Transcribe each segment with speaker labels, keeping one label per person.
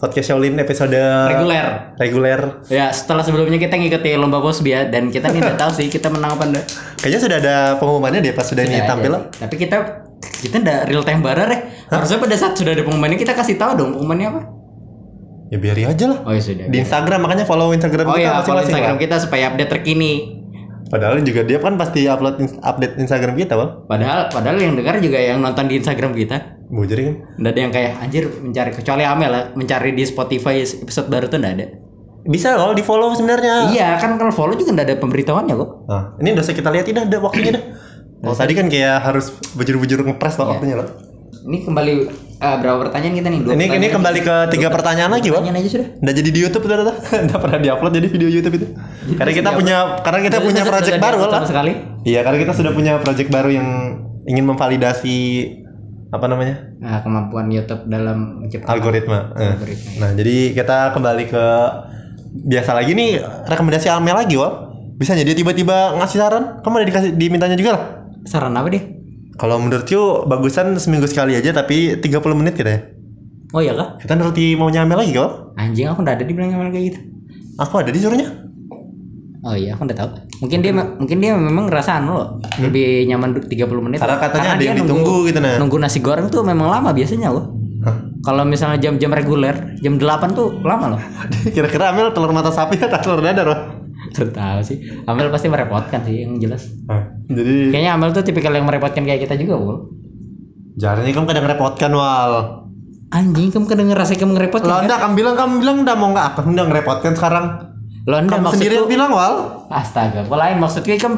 Speaker 1: podcast Shaolin episode
Speaker 2: reguler.
Speaker 1: reguler.
Speaker 2: Ya, setelah sebelumnya kita ngikuti lomba kosbia dan kita nih nggak tahu sih kita menang apa enggak.
Speaker 1: Kayaknya sudah ada pengumumannya deh pas sudah ini
Speaker 2: Sudah
Speaker 1: tampil.
Speaker 2: ada. Tapi kita kita nggak real time barer ya. Harusnya pada saat sudah ada pengumumannya kita kasih tahu dong pengumumannya apa.
Speaker 1: Ya biarin aja lah.
Speaker 2: Oh ya sudah.
Speaker 1: Di Instagram makanya follow Instagram
Speaker 2: oh
Speaker 1: kita
Speaker 2: ya, follow
Speaker 1: masing-masing.
Speaker 2: Instagram
Speaker 1: Bang.
Speaker 2: kita supaya update terkini.
Speaker 1: Padahal juga dia kan pasti upload ins- update Instagram kita, Bang.
Speaker 2: Padahal padahal yang dengar juga yang nonton di Instagram kita.
Speaker 1: Mau jadi kan?
Speaker 2: Nggak ada yang kayak anjir mencari kecuali Amel lah, mencari di Spotify episode baru tuh nggak ada.
Speaker 1: Bisa kalau di follow sebenarnya.
Speaker 2: Iya, kan kalau follow juga nggak ada pemberitahuannya kok.
Speaker 1: Nah, ini udah kita lihat tidak ada waktunya dah. Kalau tadi kan kayak harus bujur-bujur ngepres loh
Speaker 2: Iya.
Speaker 1: waktunya loh.
Speaker 2: Ini kembali eh, berapa pertanyaan kita nih? Dua
Speaker 1: Ini ini
Speaker 2: pertanyaan
Speaker 1: kembali
Speaker 2: aja.
Speaker 1: ke tiga pertanyaan lagi, Bang.
Speaker 2: Pertanyaan aja sudah.
Speaker 1: Nggak jadi di YouTube ternyata. Nggak pernah diupload jadi video YouTube itu. Karena kita punya karena kita punya
Speaker 2: Iya, Sudah-
Speaker 1: project
Speaker 2: sudah
Speaker 1: baru
Speaker 2: diupload
Speaker 1: lah.
Speaker 2: Sama sekali.
Speaker 1: Iya, karena kita sudah punya project baru yang ingin memvalidasi apa namanya?
Speaker 2: Nah, kemampuan YouTube dalam menciptakan
Speaker 1: algoritma. Eh.
Speaker 2: Algoritma,
Speaker 1: Nah, jadi kita kembali ke biasa lagi nih rekomendasi Amel lagi, Wal. Bisa jadi tiba-tiba ngasih saran, kamu ada dikasih dimintanya juga lah.
Speaker 2: saran apa dia?
Speaker 1: Kalau menurut you bagusan seminggu sekali aja tapi 30 menit kita ya.
Speaker 2: Oh iya kah?
Speaker 1: Kita nuruti maunya Amel lagi, Wal.
Speaker 2: Anjing aku udah ada dibilang sama kayak gitu.
Speaker 1: Aku ada disuruhnya.
Speaker 2: Oh iya, aku udah tahu. Mungkin dia mungkin dia memang ngerasa anu loh, lebih nyaman du- 30 menit.
Speaker 1: Karena katanya ada
Speaker 2: dia
Speaker 1: yang
Speaker 2: nunggu-
Speaker 1: ditunggu gitu nah.
Speaker 2: Nunggu nasi goreng tuh memang lama biasanya loh.
Speaker 1: Hah.
Speaker 2: Kalau misalnya jam-jam reguler, jam 8 tuh lama loh.
Speaker 1: Kira-kira Amel telur mata sapi atau telur dadar, Wal?
Speaker 2: Nggak tahu sih. Amel pasti merepotkan sih yang jelas.
Speaker 1: Hah. Jadi
Speaker 2: Kayaknya Amel tuh tipikal yang merepotkan kayak kita juga, Bul.
Speaker 1: jarangnya kamu kadang repotkan, Wal.
Speaker 2: Anjing, kamu kedenger rasanya kamu ngerepotkan.
Speaker 1: Lah
Speaker 2: kan?
Speaker 1: enggak kamu bilang kamu bilang udah mau enggak? Kamu udah ngerepotkan sekarang.
Speaker 2: Loh, enggak,
Speaker 1: Kamu
Speaker 2: maksud
Speaker 1: sendiri
Speaker 2: lu-
Speaker 1: yang bilang, Wal.
Speaker 2: Iya. Astaga, gua lain maksudnya kan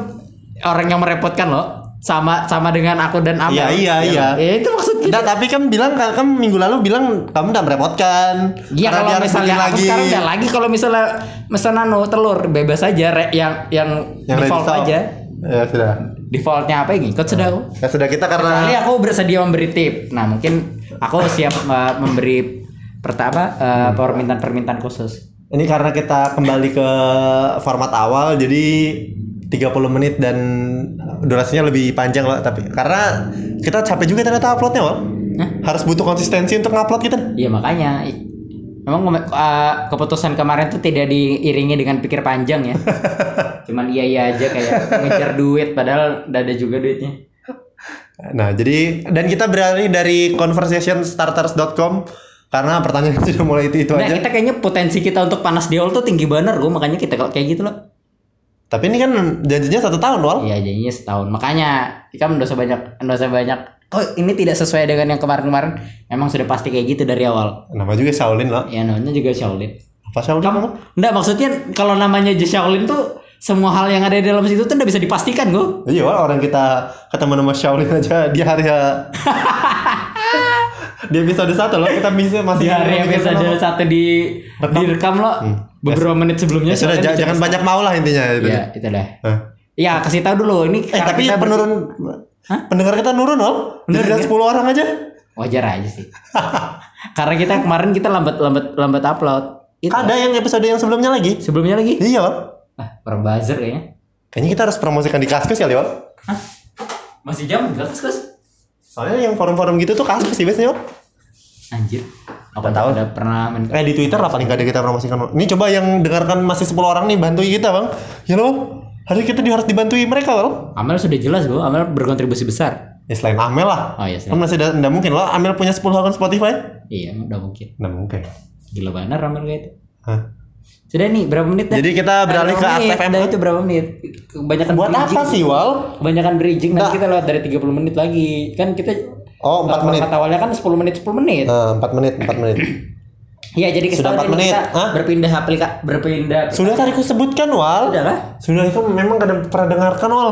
Speaker 2: orang yang merepotkan loh sama sama dengan aku dan Amel.
Speaker 1: Iya, iya,
Speaker 2: Ya,
Speaker 1: iya.
Speaker 2: Ya, itu maksud kita.
Speaker 1: Enggak, tapi kan bilang kan kamu minggu lalu bilang kamu udah merepotkan.
Speaker 2: Iya
Speaker 1: Karena
Speaker 2: kalau
Speaker 1: dia harus
Speaker 2: misalnya
Speaker 1: beli
Speaker 2: aku sekarang nggak lagi kalau misalnya misalnya no telur bebas aja re, yang yang,
Speaker 1: yang
Speaker 2: default
Speaker 1: ready
Speaker 2: aja.
Speaker 1: stop. Ya sudah.
Speaker 2: Defaultnya apa yang ngikut sudah aku.
Speaker 1: Ya sudah kita karena
Speaker 2: Kecuali aku bersedia memberi tip. Nah, mungkin aku siap uh, memberi pertama uh, permintaan-permintaan khusus.
Speaker 1: ini karena kita kembali ke format awal jadi 30 menit dan durasinya lebih panjang loh tapi karena kita capek juga ternyata uploadnya Wal.
Speaker 2: Hah?
Speaker 1: Harus butuh konsistensi untuk ngupload kita.
Speaker 2: Iya makanya i- memang kema- uh, keputusan kemarin tuh tidak diiringi dengan pikir panjang ya. Cuman iya iya aja kayak ngejar duit padahal udah ada juga duitnya.
Speaker 1: Nah, jadi dan kita beralih dari conversationstarters.com karena pertanyaan sudah mulai itu itu
Speaker 2: Nah,
Speaker 1: Iya aja.
Speaker 2: kita kayaknya potensi kita untuk panas diol tuh tinggi banget gue makanya kita kalau kayak gitu loh.
Speaker 1: Tapi ini kan janjinya satu tahun, Wal.
Speaker 2: Iya jadinya setahun. Makanya kan udah sebanyak udah sebanyak oh ini tidak sesuai dengan yang kemarin-kemarin. Emang sudah pasti kayak gitu dari awal.
Speaker 1: Nama juga Shaolin, loh.
Speaker 2: Ya namanya juga Shaolin.
Speaker 1: Apa Shaolin? Bang?
Speaker 2: Nggak maksudnya kalau namanya aja Shaolin tuh semua hal yang ada di dalam situ tuh nggak bisa dipastikan gue.
Speaker 1: Iya, Wal, orang kita ketemu nama Shaolin aja di hari di episode satu loh kita bisa masih
Speaker 2: di hari
Speaker 1: masih
Speaker 2: episode
Speaker 1: ketemu.
Speaker 2: satu di
Speaker 1: Rekam.
Speaker 2: direkam lo
Speaker 1: Hmm.
Speaker 2: beberapa menit sebelumnya
Speaker 1: Ya sudah
Speaker 2: soalnya
Speaker 1: ja-
Speaker 2: dijelas-
Speaker 1: jangan banyak maulah intinya itu.
Speaker 2: ya itu dah
Speaker 1: Nah.
Speaker 2: ya kasih tahu dulu ini
Speaker 1: Eh,
Speaker 2: karena
Speaker 1: tapi
Speaker 2: kita ber-
Speaker 1: penurun
Speaker 2: Hah?
Speaker 1: pendengar kita nurun, Wal.
Speaker 2: Nurun,
Speaker 1: Jadi
Speaker 2: ya?
Speaker 1: 10 orang aja.
Speaker 2: wajar aja sih karena kita kemarin kita lambat lambat lambat upload itu
Speaker 1: Ada yang episode yang sebelumnya lagi.
Speaker 2: sebelumnya lagi
Speaker 1: Iya, Wal.
Speaker 2: ah perbuzzer kayaknya
Speaker 1: Kayaknya kita harus promosikan di Kaskus kali, Wal.
Speaker 2: masih jam nggak kus kus
Speaker 1: Soalnya yang forum-forum gitu tuh kasus sih biasanya. Om.
Speaker 2: anjir apa
Speaker 1: Nggak
Speaker 2: tahu
Speaker 1: tahu.
Speaker 2: udah pernah main
Speaker 1: Eh di Twitter lah paling gak ada kita promosikan. Ini coba yang dengarkan masih 10 orang nih bantui kita bang. Ya loh, harus kita di- harus dibantuin mereka loh.
Speaker 2: Amel sudah jelas gue Amel berkontribusi besar
Speaker 1: Ya selain Amel lah.
Speaker 2: oh iya sih
Speaker 1: Kan masih ada, nggak mungkin loh Amel punya 10 akun Spotify.
Speaker 2: iya udah mungkin
Speaker 1: Nggak mungkin.
Speaker 2: gila benar Amel kayak itu
Speaker 1: Hah.
Speaker 2: sudah nih berapa menit dah
Speaker 1: Jadi kita beralih ke
Speaker 2: Berapa menit?
Speaker 1: Astef
Speaker 2: Dah, itu berapa menit kebanyakan
Speaker 1: Buat
Speaker 2: bridging.
Speaker 1: apa sih Wal?
Speaker 2: Kebanyakan bridging
Speaker 1: Nggak.
Speaker 2: nanti kita lewat dari 30 menit lagi. Kan kita
Speaker 1: Oh 4 menit.
Speaker 2: format awalnya kan 10 menit 10 menit.
Speaker 1: Nah, 4 menit, 4 menit.
Speaker 2: Ya jadi
Speaker 1: Sudah
Speaker 2: ketahuan
Speaker 1: empat
Speaker 2: ini
Speaker 1: menit.
Speaker 2: kita
Speaker 1: Hah?
Speaker 2: berpindah aplikasi berpindah.
Speaker 1: Sudah tadi ku sebutkan Wal.
Speaker 2: Sudah lah.
Speaker 1: Sudah itu memang kadang pernah dengarkan Wal.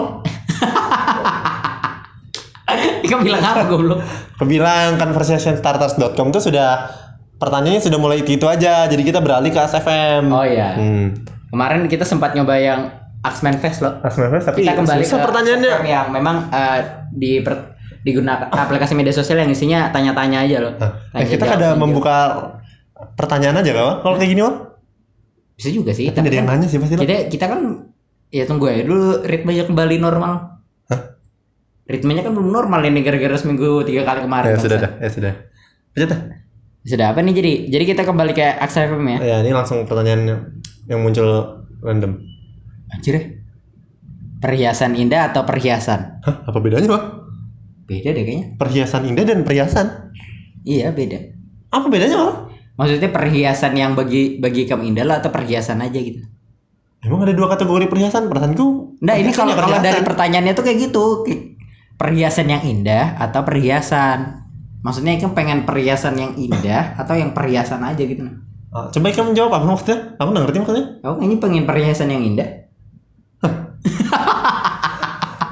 Speaker 2: Kamu bilang apa goblok?
Speaker 1: Kebilang kan conversationstarters.com itu sudah pertanyaannya sudah mulai itu, itu aja. Jadi kita beralih ke ASFM.
Speaker 2: Oh iya.
Speaker 1: Hmm.
Speaker 2: Kemarin kita sempat nyoba yang Axman Fest loh.
Speaker 1: tapi
Speaker 2: Kita kembali
Speaker 1: susah
Speaker 2: ke
Speaker 1: pertanyaannya.
Speaker 2: platform yang memang eh, di per- digunakan aplikasi media sosial yang isinya tanya-tanya aja loh.
Speaker 1: Hah, eh,
Speaker 2: Tanya
Speaker 1: kita kada
Speaker 2: jawab, tanya jawab.
Speaker 1: membuka pertanyaan aja kawan. Kalau kayak gini Wal.
Speaker 2: Bisa juga sih. kan
Speaker 1: Tapi nggak ada yang nanya sih pasti. lah.
Speaker 2: kita kita kan ya tunggu ya dulu ritmenya kembali normal
Speaker 1: Hah?
Speaker 2: ritmenya kan belum normal ini gara-gara seminggu tiga kali
Speaker 1: Ya
Speaker 2: kemarin bangsa.
Speaker 1: sudah dah, ya sudah. Aja dah.
Speaker 2: Sudah apa nih jadi? Jadi kita kembali ke Aksa FM ya.
Speaker 1: Ya, ini langsung pertanyaan yang, yang muncul random.
Speaker 2: Anjir ya. Perhiasan indah atau perhiasan?
Speaker 1: Hah, apa bedanya, Pak?
Speaker 2: Beda deh kayaknya.
Speaker 1: Perhiasan indah dan perhiasan.
Speaker 2: Iya, beda.
Speaker 1: Apa bedanya, Pak?
Speaker 2: Maksudnya perhiasan yang bagi bagi kamu indah lah atau perhiasan aja gitu.
Speaker 1: Emang ada dua kategori perhiasan? Perasaanku.
Speaker 2: Nah, ini
Speaker 1: perhiasannya
Speaker 2: kalau kalau dari
Speaker 1: perhiasan.
Speaker 2: pertanyaannya tuh kayak gitu. Ki- Perhiasan yang indah atau perhiasan? Maksudnya kamu pengen perhiasan yang indah atau yang perhiasan aja gitu.
Speaker 1: Ah, coba kamu jawab apa maksudnya? Aku nggak ngerti maksudnya.
Speaker 2: Kamu kayaknya Oh, pengen perhiasan yang indah.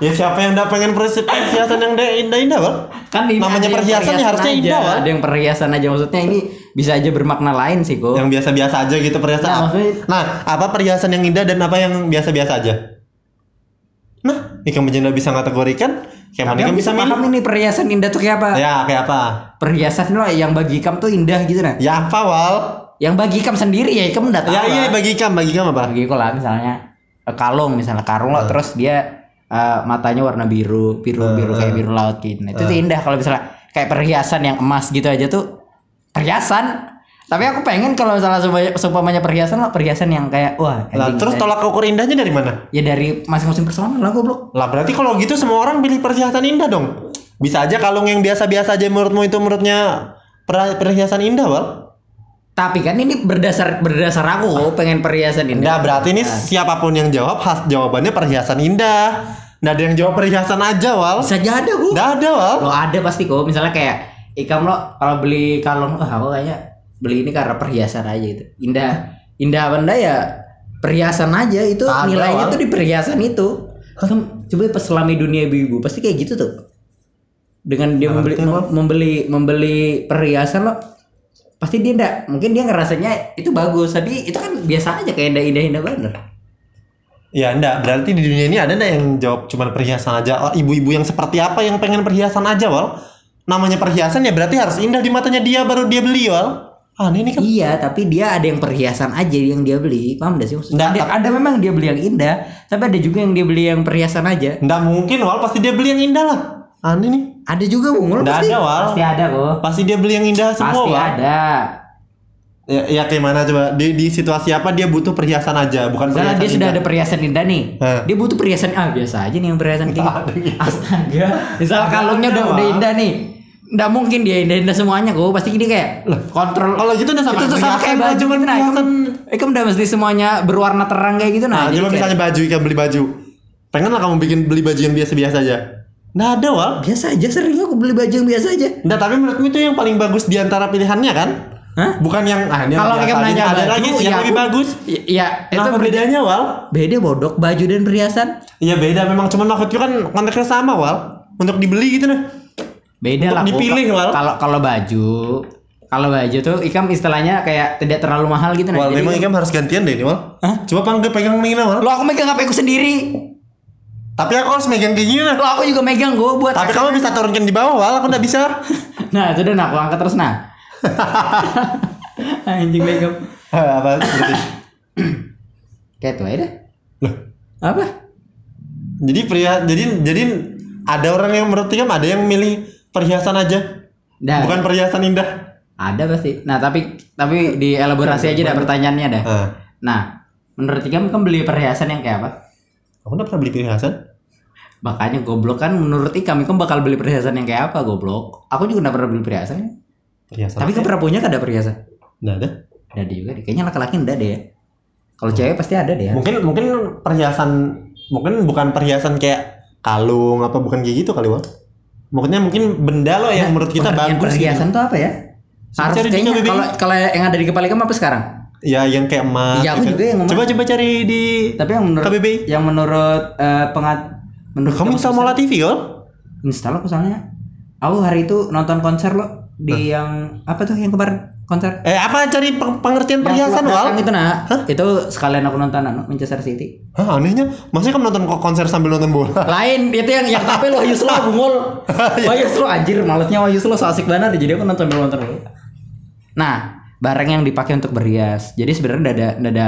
Speaker 1: Ya siapa yang nggak pengen perhiasan perhiasan yang de- indah-indah, Pak?
Speaker 2: Kan ini
Speaker 1: Namanya
Speaker 2: ada yang
Speaker 1: perhiasan ya harusnya
Speaker 2: aja,
Speaker 1: indah, Wak.
Speaker 2: Ada yang perhiasan aja maksudnya ini bisa aja bermakna lain sih, Ko.
Speaker 1: Yang biasa-biasa aja gitu perhiasan.
Speaker 2: Oh. Nah,
Speaker 1: Nah,
Speaker 2: maksudnya-
Speaker 1: nah, apa perhiasan yang indah dan apa yang biasa-biasa aja? Nah, ini kamu nggak bisa kategorikan, kayak mana kamu bisa milih?
Speaker 2: paham ini perhiasan indah tuh kayak apa?
Speaker 1: Ya, kayak apa?
Speaker 2: Perhiasan lo yang bagi kamu tuh indah gitu nah.
Speaker 1: Ya apa, Wal?
Speaker 2: Yang bagi kamu sendiri ya kamu enggak tahu.
Speaker 1: Ya iya
Speaker 2: lah.
Speaker 1: bagi kamu, bagi kamu apa?
Speaker 2: bagi aku lah misalnya eh, kalung misalnya karung lah
Speaker 1: Hmm.
Speaker 2: terus dia eh, matanya warna biru
Speaker 1: Eh,
Speaker 2: biru biru kayak biru laut gitu Nah, itu tuh indah kalau misalnya kayak perhiasan yang emas gitu aja tuh perhiasan tapi aku pengen kalau misalnya supaya- seumpamanya perhiasan lah perhiasan yang kayak wah
Speaker 1: Lah,
Speaker 2: anjing,
Speaker 1: terus
Speaker 2: saya-
Speaker 1: tolak ukur indahnya dari mana?
Speaker 2: ya dari masing-masing personal lah goblok
Speaker 1: Lah berarti kalau gitu semua orang pilih perhiasan indah dong. Bisa aja kalung yang biasa-biasa aja menurutmu itu menurutnya per- perhiasan indah, Wal?
Speaker 2: tapi kan ini berdasar berdasar aku pengen perhiasan
Speaker 1: Nah,
Speaker 2: indah
Speaker 1: berarti ini siapapun yang jawab khas jawabannya perhiasan indah. Nah, ada yang jawab perhiasan aja, Wal.
Speaker 2: bisa aja ada gua
Speaker 1: Nggak ada, Wal.
Speaker 2: lo ada pasti kok misalnya kayak ikam lo kalau beli kalung wah aku kayaknya beli ini karena perhiasan aja gitu indah indah apa enggak ya perhiasan aja itu
Speaker 1: Ada,
Speaker 2: nilainya
Speaker 1: Wal.
Speaker 2: tuh di perhiasan itu Ikam, Kan coba pas selami dunia ibu-ibu pasti kayak gitu tuh dengan dia
Speaker 1: Nggak
Speaker 2: membeli
Speaker 1: ngerti,
Speaker 2: mem- membeli membeli perhiasan lo pasti dia enggak mungkin dia ngerasanya itu bagus tapi itu kan biasa aja kayak indah indah indah bener
Speaker 1: Ya, enggak. Berarti di dunia ini ada enggak yang jawab cuman perhiasan aja? Oh, ibu-ibu yang seperti apa yang pengen perhiasan aja, Wal? Namanya perhiasan ya berarti harus indah di matanya dia baru dia beli, Wal. Aneh ini kan.
Speaker 2: Iya, tapi dia ada yang perhiasan aja yang dia beli. Paham gak sih maksudnya?
Speaker 1: Nggak,
Speaker 2: ada, ada memang dia beli yang indah, tapi ada juga yang dia beli yang perhiasan aja.
Speaker 1: Enggak mungkin, Wal. Pasti dia beli yang indah lah. Aneh nih.
Speaker 2: Ada juga bungul
Speaker 1: Nggak
Speaker 2: pasti.
Speaker 1: ada, Wal.
Speaker 2: Pasti ada kok.
Speaker 1: Pasti dia beli yang indah semua,
Speaker 2: pasti
Speaker 1: Wal.
Speaker 2: ada.
Speaker 1: Ya, ya kayak mana coba? Di, di situasi apa dia butuh perhiasan aja, bukan perhiasan
Speaker 2: Misalnya dia sudah
Speaker 1: indah.
Speaker 2: ada perhiasan indah nih.
Speaker 1: Hah.
Speaker 2: Dia butuh perhiasan ah biasa aja nih yang perhiasan
Speaker 1: Nggak
Speaker 2: kayak
Speaker 1: ada
Speaker 2: gitu.
Speaker 1: gitu.
Speaker 2: Astaga. Misalnya
Speaker 1: Nggak
Speaker 2: kalungnya
Speaker 1: ada,
Speaker 2: udah udah
Speaker 1: Wal.
Speaker 2: indah nih. Nggak mungkin dia indah-indah semuanya kok. Pasti ini kayak kontrol
Speaker 1: Kalau gitu udah sama
Speaker 2: itu tuh sama kayak
Speaker 1: perhiasan,
Speaker 2: baju
Speaker 1: cuman
Speaker 2: gitu nah.
Speaker 1: perhiasan.
Speaker 2: Ikam udah mesti semuanya berwarna terang kayak gitu nah.
Speaker 1: Nah,
Speaker 2: jadi
Speaker 1: coba
Speaker 2: kayak-
Speaker 1: misalnya baju, ikan beli baju. Pengen lah kamu bikin beli baju yang biasa-biasa aja. Nah, ada wal.
Speaker 2: biasa aja sering aku beli baju yang biasa aja
Speaker 1: Nah, tapi menurutmu itu yang paling bagus di antara pilihannya kan?
Speaker 2: Hah?
Speaker 1: Bukan yang ah ini yang
Speaker 2: Kalau
Speaker 1: biasa
Speaker 2: kamu
Speaker 1: aja.
Speaker 2: nanya
Speaker 1: ada
Speaker 2: baju,
Speaker 1: lagi sih
Speaker 2: ya
Speaker 1: yang lebih
Speaker 2: aku-
Speaker 1: bagus.
Speaker 2: ya, ya itu
Speaker 1: Kenapa
Speaker 2: beda
Speaker 1: bedanya, Wal?
Speaker 2: beda bodok baju dan perhiasan
Speaker 1: Iya beda memang, cuman maksudku kan konteksnya sama, Wal. Untuk dibeli gitu nah.
Speaker 2: beda
Speaker 1: Untuk
Speaker 2: lah Bu.
Speaker 1: dipilih, Wal.
Speaker 2: kalau kalau baju kalau baju tuh ikam istilahnya kayak tidak terlalu mahal gitu
Speaker 1: Wal,
Speaker 2: Jadi,
Speaker 1: memang Ikam harus gantian deh ini, Wal.
Speaker 2: Hah?
Speaker 1: Coba panggil pegang ini, Wal.
Speaker 2: lo aku megang HP ku sendiri
Speaker 1: Tapi aku harus megang kayak gini, nah.
Speaker 2: lo aku juga megang gue buat
Speaker 1: Tapi kamu bisa turunkan di bawah, Wal. Aku nggak bisa.
Speaker 2: nah itu udah nah aku angkat terus nah anjing megang
Speaker 1: Hah, Apa seperti?
Speaker 2: kayak tuh aja dah.
Speaker 1: Loh,
Speaker 2: apa
Speaker 1: Jadi pria, jadi jadi ada orang yang menurut Ikam ada yang milih perhiasan aja,
Speaker 2: Dah,
Speaker 1: bukan perhiasan indah.
Speaker 2: ada pasti nah tapi tapi dielaborasi aja dah pertanyaannya dah
Speaker 1: Ah,
Speaker 2: nah menurut ikam kamu beli perhiasan yang kayak apa
Speaker 1: aku udah pernah beli perhiasan.
Speaker 2: Makanya goblok kan menurut Ikam, Ikam bakal beli perhiasan yang kayak apa goblok? Aku juga nggak pernah beli perhiasan. ya.
Speaker 1: Perhiasan. ya?
Speaker 2: Tapi Ikam pernah punya nggak ada perhiasan?
Speaker 1: Nggak ada.
Speaker 2: Nggak ada juga. deh. Kayaknya laki-laki nggak ada ya. Kalau cewek pasti ada deh. ya.
Speaker 1: Mungkin mungkin perhiasan, mungkin bukan perhiasan kayak kalung apa bukan kayak gitu kali Wal. Maksudnya mungkin benda lo yang menurut kita
Speaker 2: Perhiasan-
Speaker 1: bagus. gitu.
Speaker 2: Perhiasan tuh apa ya?
Speaker 1: Coba
Speaker 2: Harus
Speaker 1: cari di
Speaker 2: kayaknya
Speaker 1: KBBI.
Speaker 2: kalau kalau yang ada di kepala Ikam apa sekarang?
Speaker 1: gitu. Ya yang kayak emas.
Speaker 2: Iya, aku
Speaker 1: ya kan?
Speaker 2: juga yang emas.
Speaker 1: Coba coba cari di
Speaker 2: Tapi yang menurut
Speaker 1: KBBI.
Speaker 2: yang menurut eh, pengat menurut
Speaker 1: Kamu
Speaker 2: Ikam
Speaker 1: install Mola TV Wal?
Speaker 2: sebesar- install aku soalnya. Aku hari itu nonton konser lo di yang apa tuh yang kemarin konser?
Speaker 1: Eh apa cari peng- pengertian perhiasan
Speaker 2: Yang
Speaker 1: Wal?
Speaker 2: belakang itu nah, itu sekalian aku nonton anu, Manchester City.
Speaker 1: Hah anehnya, maksudnya kamu nonton konser sambil nonton bola?
Speaker 2: lain itu yang yang tapi lo Yuslo bungul Wah Yuslo anjir malesnya Wah Yuslo so asik banget jadi aku nonton dulu nonton dulu nah barang yang dipakai untuk berhias jadi sebenarnya dada dada